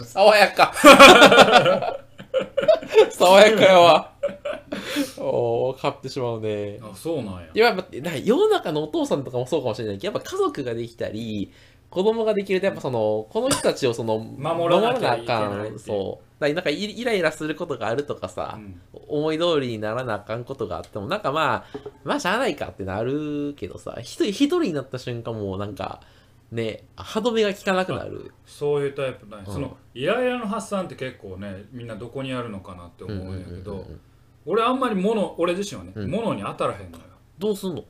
S3: 爽やか 爽やかやわ。おー、買ってしまうね。
S4: あそうなんや
S3: いややっぱなんか世の中のお父さんとかもそうかもしれないけどやっぱ家族ができたり子供ができるとやっぱそのこの人たちをその
S4: 守らなきゃいけない
S3: 守らあかんそうだからなんかイイライラすることがあるとかさ、
S4: うん
S3: 思い通りにならなあかんことがあってもなんかまあまあしゃあないかってなるけどさ一人一人になった瞬間もうなんかね歯止めが効かなくなる
S4: そういうタイプない、
S3: うん
S4: そのイライラの発散って結構ねみんなどこにあるのかなって思うんやけど、
S3: うんうんうんうん
S4: 俺あんまり物俺自身はね、
S3: うん
S4: 物に当たらへんのよ
S3: どうすんの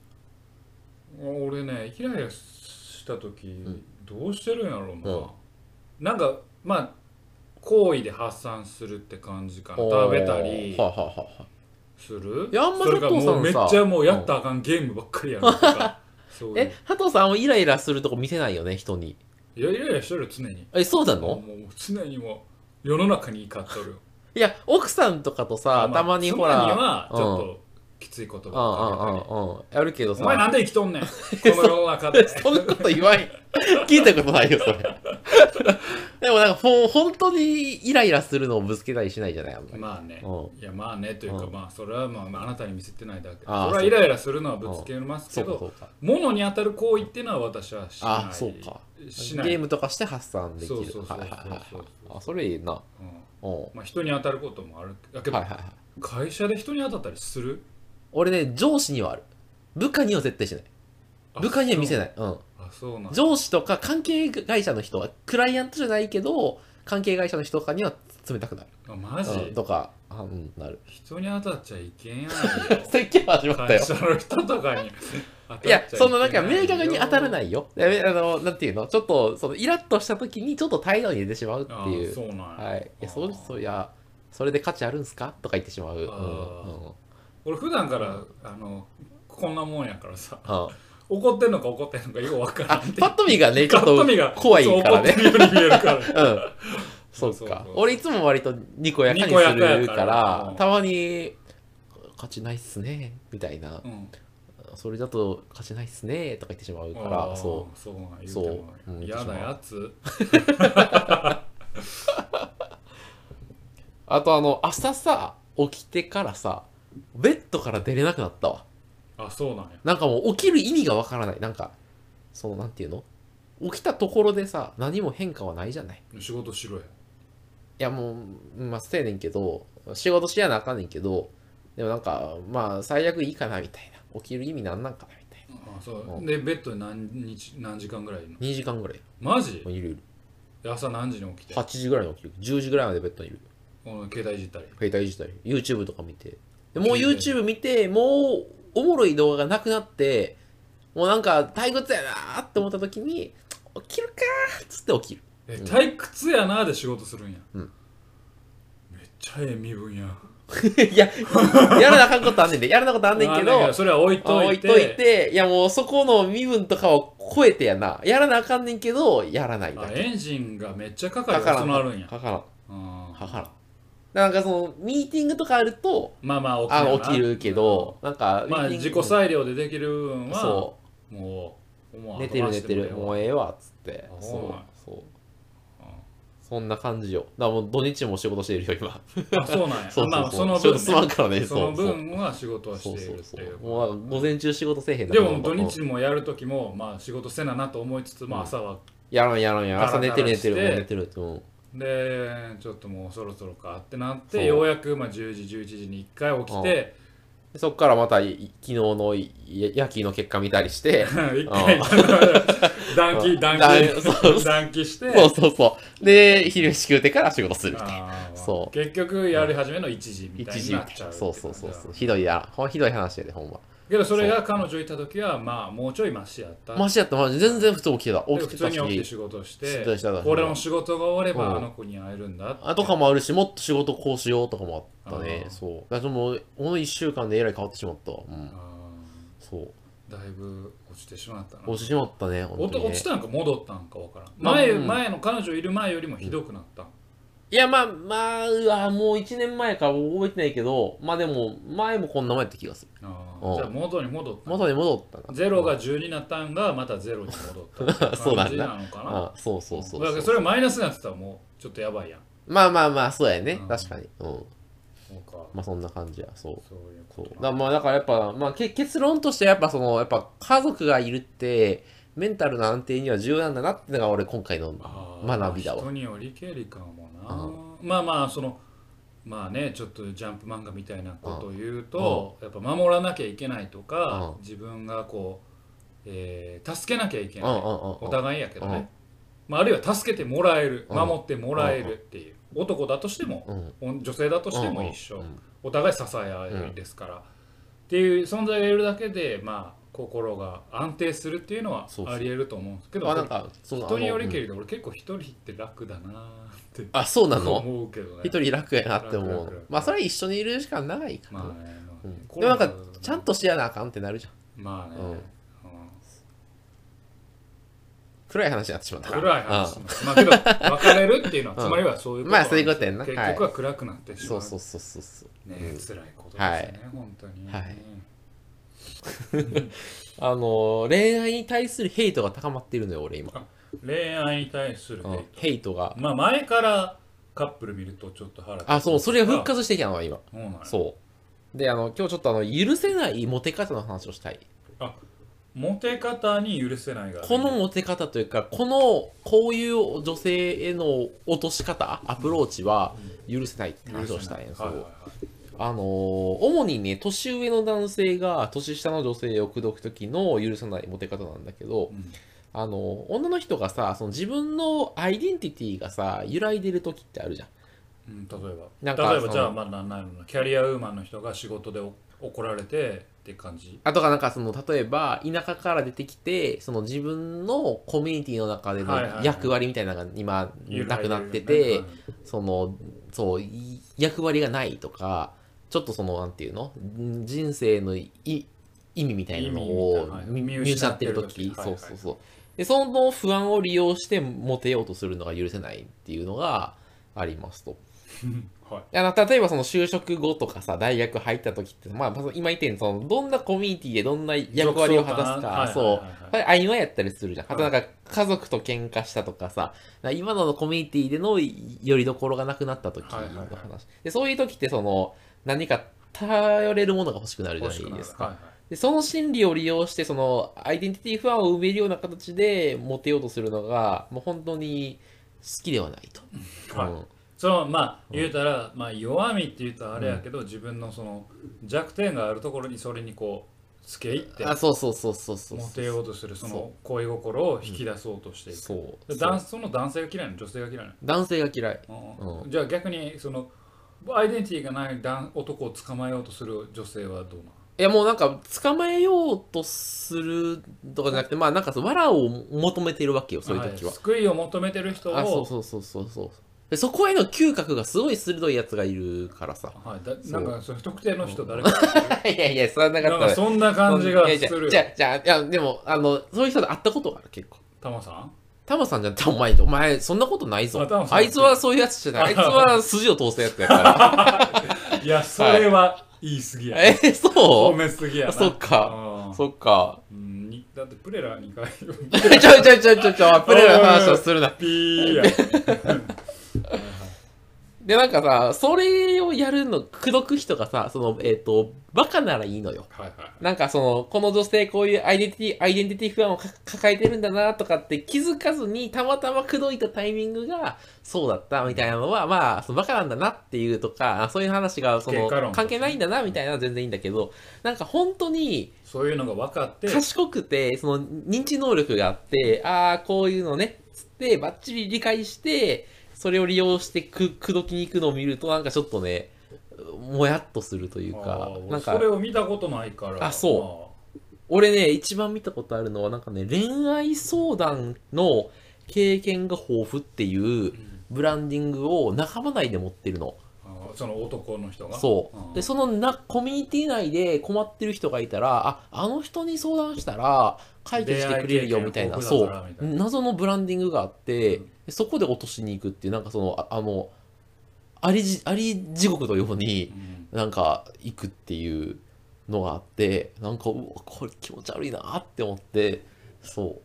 S4: 俺ねイライラした時、
S3: ん
S4: どうしてるんやろうな、
S3: うん
S4: なんかまあ行為で発散するって感じかな
S3: おー
S4: 食べたり
S3: はいはいはいはい
S4: する
S3: いやあんま
S4: それがも
S3: 佐藤さ
S4: うんめっ
S3: さ
S4: ちゃもうやったらあかんゲームばっかりやるとかそういう
S3: え加藤さんはイライラするとこ見せないよね人に
S4: いやイライラしてるよ常に
S3: えそうなの
S4: もうもう常にもう世の中に怒っとるよ
S3: いや、奥さんとかとさ、
S4: まあ
S3: たまにほら、
S4: 妻にはちょっ
S3: うん
S4: ときつい言葉
S3: うん
S4: をかけたり
S3: うんうんうん、やるけどさ、
S4: お前なんで生きとんねんこの世の中で
S3: そんなこと言わん。聞いたことないよ、それ。 でもなんか、もう本当にイライラするのをぶつけたりしないじゃないあんまり。
S4: まあね
S3: う
S4: いやまあねというか
S3: うん
S4: まあそれはまあまああなたに見せてないだけそれ
S3: あー
S4: はイライラするのはぶつけます
S3: そ
S4: け
S3: うか、そ
S4: ど
S3: うか。
S4: 物に当たる行為っていうのは私はしない
S3: あ、そうか。
S4: し
S3: ゲ
S4: ない
S3: ームとかして発散でき
S4: そう
S3: る。
S4: そうそう
S3: はい
S4: そう
S3: はいはい
S4: そう
S3: はい。あ、それいいな。
S4: うん
S3: うん。は
S4: まあ人に当たることもあるだけ
S3: い
S4: ど
S3: はいはい。
S4: 会社で人に当たったりする
S3: 俺ね、上司にはある。部下には絶対しない。
S4: あ
S3: 部下には見せ
S4: そう
S3: ない。うん。
S4: あそうなんだ
S3: 上司とか関係会社の人は、クライアントじゃないけど、関係会社の人とかには冷たくなる。
S4: あマジ
S3: うんとか、あうん、なる。
S4: 人に当たっちゃいけんやんよ
S3: 説教始まった
S4: 会
S3: よ。
S4: 社の人とかに当たっちゃ
S3: いや、そのなん
S4: いけ
S3: か
S4: ない
S3: 明確に当たらないいよ。いやあの、なんていうのちょっと、そのイラッとした時にちょっと態度に出てしまうって
S4: あ
S3: い
S4: ー
S3: う。
S4: そうなんや
S3: はい。い
S4: あ
S3: や、そ
S4: ー
S3: う、そういや、それで価値あるんすかとか言ってしまう。うん。うん。
S4: あー
S3: うん
S4: 俺普段からあのこんなもんやからさ
S3: あ、
S4: 怒ってんのか怒ってんのかようわからんって
S3: パッと見がね、ちょっ
S4: カット目が
S3: と怖いからね。
S4: そう怒ってるように見えるから
S3: うん。そ
S4: そううそうそう
S3: か。俺いつも割とにこやかにす
S4: にこやか
S3: る
S4: や
S3: か
S4: からら、
S3: たまに、価値ないっすね、みたいな
S4: う。ん
S3: それだと勝ちないっすねとか言ってしまうから
S1: あー
S3: そう
S1: そうなん言うて
S3: そう
S1: も
S3: うん
S1: 嫌なやつ
S3: あとあの、朝さ、起きてからさ、ベッドから出れなくなったわ。
S1: あそうなんや
S3: なんかもう起きる意味がわからない。なんか、その、なんていうの起きたところでさ、何も変化はないじゃない。
S1: 仕事しろや
S3: いやもう、まあ、せやねんけど、仕事しやなあかんねんけど、でもなんか、まあ、最悪いいかなみたいな。起きる意味なんなんかなみたい
S1: あそううでベッドに何日何時間ぐらいいるの
S3: な。2時間ぐらい。
S1: マジ
S3: もういるいる。
S1: 朝何時に起きて
S3: 8時ぐらいに起きる。10時ぐらいまでベッドにいる。
S1: この携帯いじったり
S3: 携帯いじったり、YouTube とか見て。でもう
S1: いいね
S3: YouTube 見て、もうおもろい動画がなくなって、もうなんか退屈やなーって思った時に、起きるかーっつって起 きる。
S1: え退屈やなーで仕事するんや
S3: うん
S1: めっちゃええ身分や
S3: いや、やらなあかんことあんねんで、やらなことあんねんけ
S1: まあ
S3: ど、
S1: ねそれは置いと
S3: 置
S1: い
S3: い
S1: て
S3: といて、いやもうそこの身分とかを超えてやな。やらなあかんねんけど、やらないだ
S1: あ
S3: け。
S1: エンジンがめっちゃかか
S3: か
S1: る
S3: から
S1: そ
S3: ん。
S1: なるんや
S3: かからん。
S1: うん
S3: かからん。なんかその、ミーティングとかあると、
S1: まあまあ起き
S3: あ
S1: よ
S3: の
S1: な
S3: 起きるけど、なんか、
S1: まあ
S3: ミーテ
S1: 自
S3: ィング
S1: 己裁量でできる部分は
S3: そう。
S1: もうもう
S3: 寝てる
S1: 後回
S3: 寝
S1: して
S3: るも
S1: も
S3: う
S1: え
S3: ええわっつって
S1: あそうなんや
S3: そうそう
S1: え
S3: そんな感じよだからもう土日も仕事してる よ今
S1: わあそうなんや
S3: そう
S1: ま
S3: そう
S1: あ
S3: そ、
S1: そうの
S3: 仕
S1: 分
S3: 事すまん
S1: ね
S3: からね
S1: そ
S3: そ
S1: の
S3: うそう
S1: 分は仕事はし
S3: そう
S1: てい
S3: そう
S1: るって
S3: そ
S1: いうう
S3: もう午前中仕事せえへんだ
S1: で
S3: け
S1: も土
S3: うん
S1: 日もやる時もまあ仕事せななと思いつつまあ朝は
S3: やらんやらんやらん朝寝てる寝て
S1: ダ
S3: るもう
S1: ラダラ
S3: 寝てるうん
S1: でちょっともうそろそろかってなっ
S3: そう
S1: てようやくまあ10時11時に1回起きて
S3: でそっからまたい昨日のい夜勤の結果見たりして
S1: 一回 断気断
S3: 断そう
S1: 気断気して
S3: そうそうそうで昼飯食うてから仕事するみたいな
S1: あー
S3: そう
S1: 結局やり始めの1時みたい
S3: 一
S1: に
S3: 時
S1: なっちゃう
S3: そうそうそうそう
S1: う
S3: ひどいやほんひどい話やでほんま
S1: けどそれが彼女いた時はまあもうちょいマシやった
S3: マジやったマジ全然普通起きてた
S1: で
S3: 起き
S1: 普
S3: て
S1: 通
S3: た
S1: に起きて
S3: し
S1: 仕事し
S3: してたした
S1: 俺の仕事が終われ
S3: うん
S1: ばあの子に会えるんだって
S3: あとかもあるし、もっと仕事こうしようとかもあったね。
S1: あー
S3: そう。だからもう、この1週間でえらい変わってしまった。うん。
S1: あ
S3: そう。
S1: ーだいぶ落ちてしまったな
S3: 落ちてしまったね、
S1: お
S3: 本当
S1: と
S3: に、ね
S1: 落ち。たんか戻ったんかわからん
S3: まあ
S1: 前,、
S3: うん
S1: 前の彼女いる前よりもひどくなった、
S3: いや、まあ、まあ、うわ、もう1年前か覚えてないけど、まあでも、前もこんな前やった気がする。
S1: あ
S3: う
S1: ー
S3: ん
S1: じゃあ元に戻ったん
S3: 元に戻ったな。
S1: ゼロが10になったんがまたゼロに戻ったってい
S3: そうなん
S1: 感じ
S3: だ
S1: なのかな
S3: あそうそうそう
S1: だか
S3: そう
S1: らそれがマイナスになってたらもうちょっとやばいやん
S3: まあまあまあ、そうやね
S1: う。ん
S3: 確かに。うん。
S1: そうか
S3: まあそんな感じや。そう。
S1: そういう
S3: そ
S1: こ
S3: う
S1: と
S3: だから
S1: な
S3: まあだからやっぱ、まあ、け結論としてやっぱそのやっぱ家族がいるってメンタルの安定には重要なんだなっていうのが俺今回の
S1: あー
S3: 学びだわ
S1: 人によりけりかもなまあまあそのまあねちょっとジャンプ漫画みたいなことを言うとやっぱ守らなきゃいけないとか
S3: うん
S1: 自分がこう、えー助けなきゃいけ
S3: うん
S1: な
S3: うん
S1: い
S3: うんうん
S1: お互いやけどね、まあ、あるいは助けてもらえる
S3: うん
S1: 守ってもらえるっていう男だとしても
S3: うん
S1: 女性だとしても一緒
S3: うんうん
S1: お互い支え合えるですからっていう存在がいるだけでまあ心が安定するっていうのは
S3: そうそう
S1: ありえると思うんですけど
S3: あなんかその
S1: 人により
S3: あの
S1: け
S3: うん
S1: りで俺結構一人って楽だなーって
S3: あそうなの
S1: 思うけどね。
S3: 一人楽やなって思
S1: 楽楽
S3: う
S1: 楽
S3: まあそれは一緒にいるしかないか
S1: まあ
S3: な
S1: ねまあ
S3: う
S1: ね
S3: ん
S1: こ
S3: でも
S1: れ
S3: な
S1: は
S3: んかちゃんとしやなあかんってなるじゃん
S1: まあね、
S3: うん
S1: うん
S3: 暗い話になってしまった
S1: 暗い話
S3: う
S1: なんまあけど別れるっていうのはつまりはそういうことなんですよ
S3: まあそういうことやんな
S1: 結局は暗くなってしま
S3: そううそうそうそうそう
S1: ね
S3: うん
S1: 辛いことですよね、
S3: はい
S1: 本当に、
S3: はい
S1: うん
S3: あの恋愛に対するヘイトが高まってるのよ俺今
S1: 恋愛に対するヘ
S3: う
S1: イ
S3: んヘイトが
S1: トまあ前からカップル見るとちょっと腹立つ
S3: あそうそれが復活してきたの今
S1: そうなんや
S3: そうであの今日ちょっとあの許せないモテ方の話をしたい
S1: モテ方に許せないが
S3: このモテ方というかこのこういう女性への落とし方アプローチは許せないって話をしたいんです
S1: はいはい
S3: よ
S1: はい
S3: あのー主にね年上の男性が年下の女性を口説く時の許さないモテ方なんだけど、
S1: うん
S3: あのー女の人がさその自分のアイデンティティがさ揺らいでる時ってあるじゃん
S1: うん、例え
S3: なん
S1: ば
S3: か
S1: 例えば
S3: その
S1: じゃあまあなんないのキャリアウーマンの人が仕事でお怒られてって感じ
S3: あとがなんかその例えば田舎から出てきてその自分のコミュニティの中での
S1: はいはいはい
S3: 役割みたいなのが今なくなっ
S1: 揺ら
S3: て
S1: いでる
S3: て、
S1: よね
S3: そのそうい役割がないとかちょっとそのなんていうのん人生のい意味みたいなの
S1: 意味みたいな
S3: を
S1: はい
S3: 見見
S1: 見
S3: 失
S1: 失
S3: っ
S1: ってて
S3: る
S1: る
S3: 時
S1: 時
S3: そ
S1: はいうはい
S3: そうそうでその不安を利用してモテようとするのが許せないっていうのがありますと
S5: はい
S3: あの例えばその就職後とかさ大学入った時って、まあ、まず今言ったようにそのどんなコミュニティでどんな役割を果たすか
S1: 属
S3: そう
S1: 相関はいはいはいはい
S3: やっぱり曖昧やったりするじゃんあと
S1: は
S3: ないんか家族と喧嘩したとかさなんか今のコミュニティでのよりどころがなくなった時の
S1: はいはいはい
S3: 話でそういう時ってその何か頼れるものが欲しくなるじゃ
S1: 欲しく
S3: ない
S1: なる
S3: ですか
S1: はいはい
S3: でその心理を利用してそのアイデンティティ不安を埋めるような形でモテようとするのがもう本当に好きではないと。
S1: はい
S3: うん
S1: そのまあ言うたら、まあ、弱みって言うとあれやけど、自分のその弱点があるところにそれにこうつけ入って
S3: あそうそうそうそうそうそう
S1: モテようとするそ
S3: そ
S1: の恋心を引き出そうとしていく、
S3: そう
S1: で男その男性が嫌いなの女性が嫌いなの
S3: 男性が嫌い
S1: うん
S3: う
S1: じゃあ逆にそのアイデンティティがない男男を捕まえようとする女性はどうなの
S3: いやもうなんか捕まえようとするとかじゃなくてまあなんかそう藁を求めてるわけよそういう時は、
S1: 救いを求めてる人を
S3: あそうそうそうそうそうでそこへの嗅覚がすごい鋭いやつがいるから さ
S1: はい、だ
S3: そう
S1: なんかその不特定の人誰か
S3: いやいやそれはなか
S1: な
S3: っ
S1: ん
S3: た
S1: か
S3: ら
S1: そんな感じが
S3: いや
S1: す
S3: いや
S1: るよ
S3: じゃあじゃあいやでもあのそういう人と会ったことがある結構
S1: タマさん
S3: タマさんじゃんお前お前そんなことないぞ
S1: あタマさん
S3: あいつはそういうやつ じゃないあいつは筋を通すやつやから
S1: いやそれは言い過ぎや、
S3: えそ
S1: 褒
S3: う
S1: めすぎやな
S3: そっか
S1: うん
S3: そっか
S1: うんにだってプレラ2回
S3: ちょいちょいちょいちょいちょい、プレイの話をするな。
S1: ピーや
S3: で、なんかさ、それをやるの、口説く人がさ、その、えっ、と、バカならいいのよ。
S1: はいは
S3: なんかその、この女性こういうアイデンティティ、アイデンティティ不安をか抱えてるんだなとかって気づかずに、たまたま口説いたタイミングが、そうだったみたいなのは、まあ、そのバカなんだなっていうとか、そういう話が、その
S1: 結果論、
S3: 関係ないんだなみたいなのは全然いいんだけど、なんか本当に、
S1: そういうのが分かって
S3: 賢くてその認知能力があってああこういうのねつってバッチリ理解してそれを利用してく口説きに行くのを見るとなんかちょっとねもやっとするというか
S1: あー
S3: なん
S1: それ
S3: か
S1: を見たことないから
S3: あそ俺ね一番見たことあるのはなんかね恋愛相談の経験が豊富っていうブランディングを仲間内で持ってる
S1: まあ
S3: の。
S1: あーその男の人が
S3: そ
S1: ん
S3: う。で、そのな、コミュニティ内で困ってる人がいたら、あ、あの人に相談したら、解決してくれる
S1: 出
S3: よ
S1: 会い
S3: みたいな、
S1: 経験
S3: そ
S1: 豊富だからみた
S3: う。
S1: いな
S3: 謎のブランディングがあって、
S1: うん
S3: でそこで落としに行くっていう、なんかその、ああの、ありじ、あり地獄のように
S1: う、ん
S3: なんか、行くっていうのがあって、なんか、うわ、これ気持ち悪いなって思って、そう。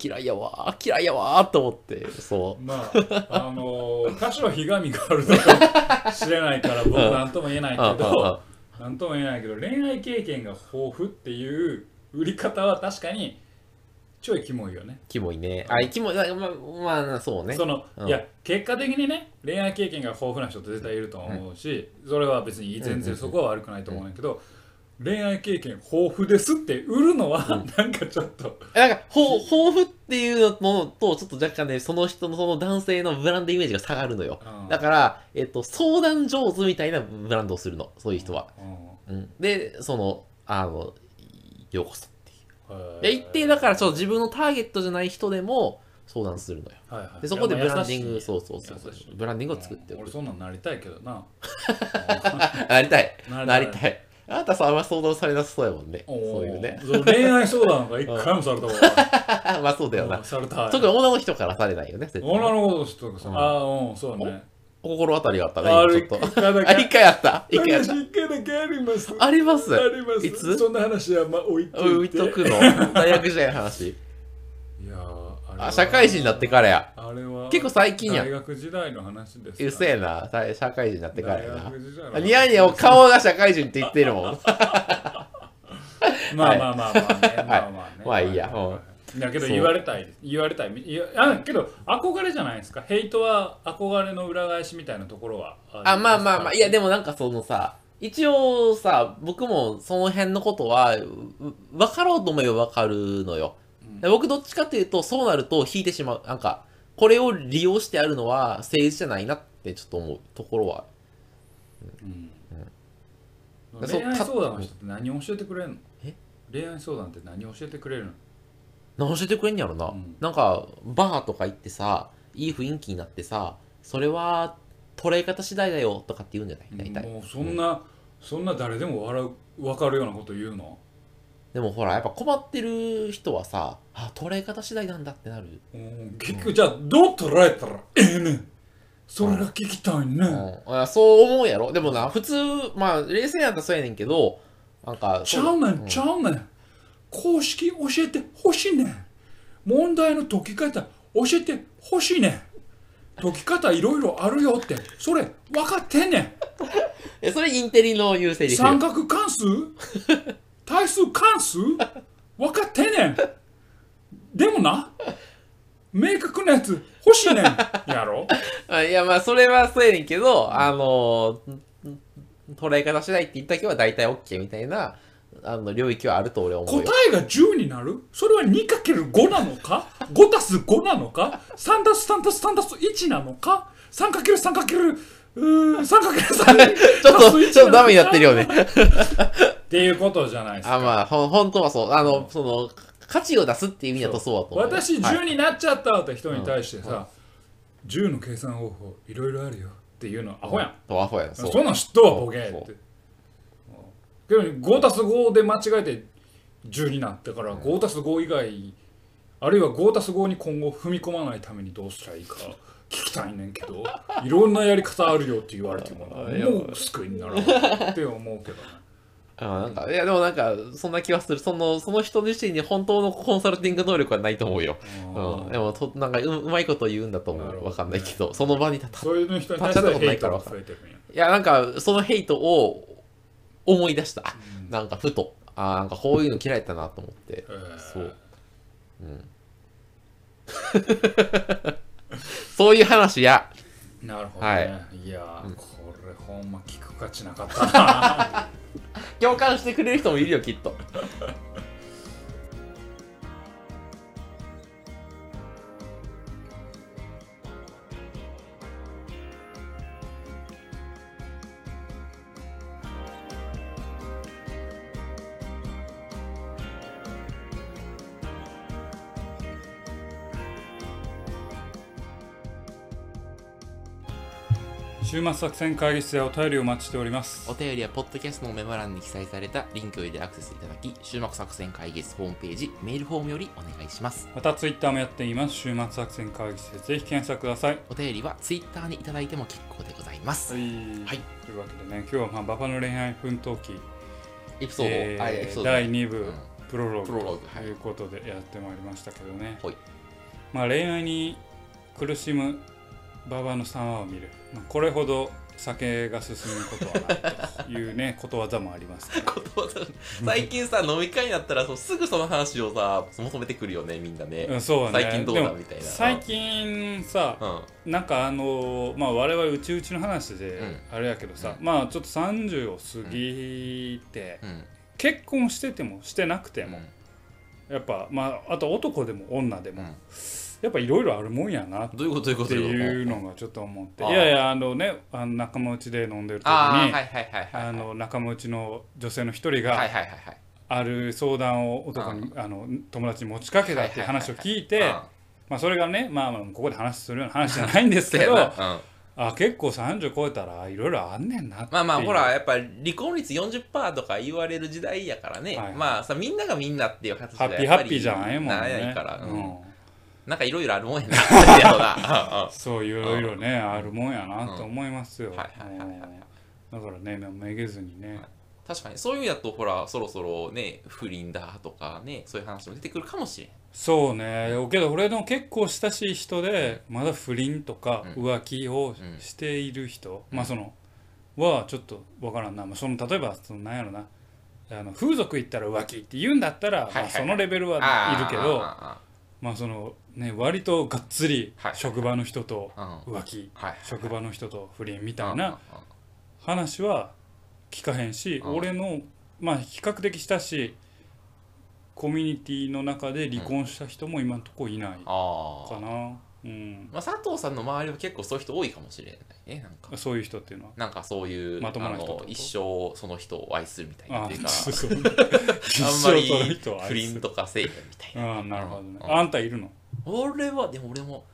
S3: 嫌いやわー、嫌いやわーと思って、そう。
S1: まあ、あのー、多少ひがみがあるのかもしれないから、僕
S3: うん
S1: なんとも言えないけ
S3: あ
S1: ど、なんとも言えないけど、恋愛経験が豊富っていう売り方は確かに、ちょいキモいよね。
S3: キモいね。あ、キモい、なまあ、まあ、そうね。
S1: その、
S3: うん
S1: いや、結果的にね、恋愛経験が豊富な人って絶対いると思うし、それは別に全然そこは悪くないと思うんやけど、恋愛経験豊富ですって売るのは、なんかちょっと、
S3: なんか、ほ、抱負っていうのと、ちょっと若干ね、その人の、その男性のブランドイメージが下がるのよ。
S1: うん
S3: だから、えっと、相談上手みたいなブランドをするの、そういう人は。
S1: うん
S3: うん。で、その、あの、ようこそっていう。
S1: はい
S3: で、一定だから、ちょっと自分のターゲットじゃない人でも相談するのよ。
S1: はいはい
S3: で、そこで
S1: い
S3: ブ
S1: やまあ
S3: ランディン
S1: 優
S3: グ、
S1: しい
S3: そうそうそう
S1: 優しい。
S3: ブランディングを作って
S1: うん
S3: る
S1: 俺。そんなんなりたいけどな
S3: なりたい。
S1: な
S3: なりたい。あなたさ、あんま相談されなさそうやもんね。そ
S1: お
S3: う
S1: ー
S3: いうね。
S1: そう恋愛相談が一回もされた ことない
S3: あまあそうだよな
S1: うん。された
S3: 特に女の人からされないよね、絶対。
S1: 女の子とかさ
S3: うん
S1: ああうんそうね
S3: お心当たりがあったね、
S1: あ
S3: 今
S1: れ
S3: ち
S1: 一
S3: ょっと。
S1: 回だ
S3: あ、
S1: け
S3: 一回あった。一回あっ
S1: 私
S3: た。
S1: 一回だけあります
S3: あります
S1: あります
S3: いつ
S1: そんな話はまあ置いといて
S3: 置いとく
S1: い
S3: の。大学時代の話。
S1: やーあれは
S3: あ、社会人になってからや。
S1: あれは
S3: 結構最近や
S1: 大。学時代の話です
S3: うるせえな。さ社会人になってからや
S1: 大
S3: な
S1: 学時代の。
S3: あ
S1: 話
S3: ニヤニヤ、顔が社会人って言ってるもん。
S1: ま
S3: は
S1: あまあ
S3: い
S1: まあまあね、まあまあね。
S3: まあいいや
S1: はははだけど
S3: そう
S1: 言われたいです言われたいいやあけど憧れじゃないですかヘイトは憧れの裏返しみたいなところはあ
S3: あ、まあまあまあ。いや、でもなんかそのさ、一応さ、僕もその辺のことは、うう分かろうと思えば分かるのよ。で僕どっちかというと、そうなると引いてしまう。なんか、これを利用してあるのは政治じゃないなってちょっと思うところは
S1: うん
S3: うん
S1: 恋愛
S3: そうた
S1: 相談の人って何を教えてくれるの
S3: え
S1: 恋愛相談って何を教えてくれるの
S3: 何教えてくれんやろな、
S1: うん
S3: なんかバーとか行ってさいい雰囲気になってさそれは捉え方次第だよとかって言うんじゃない大体、
S1: もうそんなそんな誰でも笑う分かるようなこと言うの
S3: でもほらやっぱ困ってる人はさあ捉え方次第なんだってなる
S1: うん結局じゃあどう捉えたらええねん
S4: それが聞きたいね
S3: うんあ、そう思うやろでもな普通まあ冷静やったらそうやねんけどなんか
S4: ちゃうねんちゃうねん公式教えてほしいねん問題の解き方教えてほしいねん解き方いろいろあるよってそれ分かってんねん
S3: えそれインテリの優勢ですよ
S4: 三角関 数対数関数分かってんねんでもな明確なやつ欲しいねんやろ
S3: あいやまあそれはそうやねんけどあの捉え方しないって言った時は大体 OK みたいなあの領域はあると俺は思う
S4: 答
S3: よ
S4: えが10になるそれは 2×5 なのか5たす5なのか3たす3たす3たす1なのか 3×3× うーん 3×3
S3: ちょっとちょっとダメになってるよね
S4: っていうことじゃないですか
S3: あまあほん本当はそうあの、その価値を出すっていう意味だとそうだと思う
S4: 私
S3: はい
S4: 10になっちゃったって人に対してさ、10の計算方法いろいろあるよっていうのはアホやん、
S3: アホやんそう
S4: そんなん知っとわボケって
S3: そう
S4: けど5たす5で間違えて10になったから5たす5以外あるいは5たす5に今後踏み込まないためにどうしたらいいか聞きたいねんけどいろんなやり方あるよって言われても
S3: あいや
S4: もう救いにならないって思うけどね
S3: あなんかいやでもなんかそんな気はするそのその人自身に本当のコンサルティング能力はないと思うよ、
S4: うん
S3: うん、でもとなんかううまいこと言うんだと思
S4: なるほ
S3: う
S4: ど
S3: わかんないけどその場に立た
S4: そういう人に対してはヘイトが増えてるんや
S3: いやなんかそのヘイトを思い出した、なんかふとあーなんかこういうの嫌いだなと思って、
S4: えー
S3: そううん そういう話や
S4: なるほど、ね、
S3: はい
S4: やー、これほんま聞く価値なかったな
S3: 共感してくれる人もいるよきっと
S1: 週末作戦会議室でお便りをお待ちしております
S2: お便りはポッドキャストのメモ欄に記載されたリンクよりアクセスいただき、終幕作戦会議室ホームページ、メールフォームよりお願いします。
S1: またツイッターもやっています週末作戦会議室でぜひ検索ください
S2: お便りはツイッターにいただいても結構でございます。はい
S1: というわけでね今日はまあババの恋愛奮闘記、
S3: エピソード、
S1: えー
S3: あエピソード
S1: 第2部、
S2: うん
S1: プロロー
S2: プロロー
S1: グ
S2: グ
S1: と
S2: はい
S1: いうことでやってまいりましたけどね、
S2: はい
S1: まあ、恋愛に苦しむババの様を見る、まあ、これほど酒が進むことはないとい うねことわざもありますけど
S2: ことわざ最近さ飲み会になったらそうすぐその話をさ求めてくるよねみんな
S1: う
S2: ね
S1: ん、そうね
S2: 最近どう
S1: で
S2: だ
S1: も
S2: みたいな
S1: 最近さ
S2: う、んうん
S1: なんかあのまあ我々うちうちの話で
S2: う
S1: あれやけどさ、
S2: う
S1: まあちょっと30を過ぎて、
S2: うん
S1: 結婚しててもしてなくて
S2: うん
S1: も、やっぱまああと男でも女でも、
S2: うん
S1: やっぱいろいろあるもんやなっ
S2: どういうことどういうこと
S1: て
S2: どう
S1: いう
S2: いうこと
S1: のがちょっと思って、
S2: あ
S1: い
S2: あ
S1: やいやあのねあの仲間内で飲んでる時に
S2: ああ
S1: あ、
S2: はいはいはいはい
S1: の仲間内の女性の一人
S2: はい
S1: が
S2: はいはいはい
S1: ある相談を男にあの友達に持ちかけたっていう話を聞いて、
S2: うん
S1: まあ、それがね、まあ、まあここで話するような話じゃないんです
S2: そ
S1: け
S2: や
S1: ど
S2: なうん
S1: あ結構30超えたらいろいろあんねんなっていう
S2: まあまあほらやっぱ離婚率40%とか言われる時代やからね、
S1: はい
S2: まあさみんながみんなっていう形
S1: ハッピー
S2: や
S1: ハ
S2: っぱ
S1: ッピー
S2: り
S1: じゃないもん
S2: ならな
S1: ね
S2: いから、うん
S1: うん
S2: なんかいろいろあるもんやなってやろうなうんうん
S1: そういろいろねあるもんやなと思いますよ、
S2: うんはいはいはいはいはい
S1: うんだからねめげずにね、
S2: 確かにそういう意味だとほらそろそろね不倫だとかねそういう話も出てくるかもしれん
S1: そうねけど俺の結構親しい人でまだ不倫とか
S2: う
S1: 浮気をしている人、まあそのはちょっとわからんな、まあ、その例えばそのなんやろなあの風俗行ったら浮気って言うんだったら、
S2: はいはい
S1: まあ、そのレベルはい
S2: あ
S1: る
S2: ー
S1: けどまあそのね割とがっつり
S2: はい
S1: 職場の人と
S2: あーあーうん
S1: 浮気
S2: はい
S1: 職場の人と不倫み
S2: み
S1: たいな話は聞かへんし、
S2: うん
S1: 俺のまあ比較的親しいコミュニティの中で離婚した人も今のとこいないか
S2: ああ、
S1: な、うん、
S2: まあ、佐藤さんの周りは結構そういう人多いかもしれないねなんか
S1: そういう人っていうのは。
S2: なんかそういう
S1: まともな人ってこ
S2: あ
S1: と
S2: の一生その人を愛するみたいな
S1: あ
S2: っていうか
S1: そう そう
S2: あんま
S1: 一生その
S2: り
S1: 人を愛す
S2: 不
S1: る
S2: 倫とかせえへんみたいな
S1: ああなるほどね
S2: うん
S1: あんたいるの
S2: 俺はでも俺も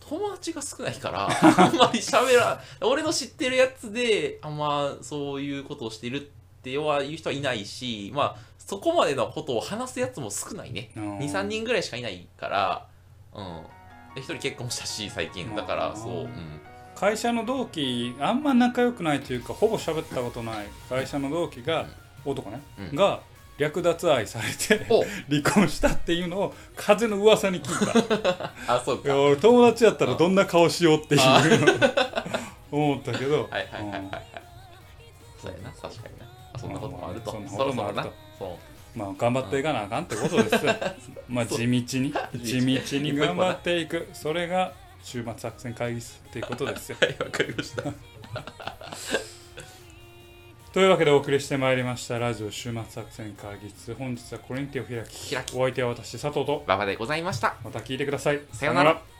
S2: 友達が少ないから あんまり喋ら俺の知ってるやつであんまそういうことをしてるっては言う人はいないしまあそこまでのことを話すやつも少ないね
S1: うん
S2: 23人ぐらいしかいないからうんで一人結婚したし最近だから
S1: うん
S2: そううん
S1: 会社の同期あんま仲良くないというかほぼ喋ったことない会社の同期が男ね、
S3: うん
S1: が略奪愛され て
S3: お
S1: 離婚したっていうのを風の噂に聞いたい
S3: あ、そうか。
S1: や
S3: は
S1: 俺友達やったらどんな顔しようっていうのを 思ったけど、
S3: いはいはいはい
S1: うん
S3: はい。そうやな、確かにな。あそんなこともあると。
S1: そんなこ
S3: そ
S1: と
S3: ろそ
S1: もあ
S3: ろ
S1: ると
S3: な。そう。
S1: まあ頑張っていかなあかんってことですよ まあ地道に地道に頑張っていくそれが週末作戦会議室っていうことですよ
S3: はい、わかりました。
S1: というわけでお送りしてまいりましたラジオ週末作戦会議室本日はこれに手を開き
S3: 開き
S1: お相手は私佐藤と
S3: 馬場でございました。
S1: また聞いてください
S3: さようなら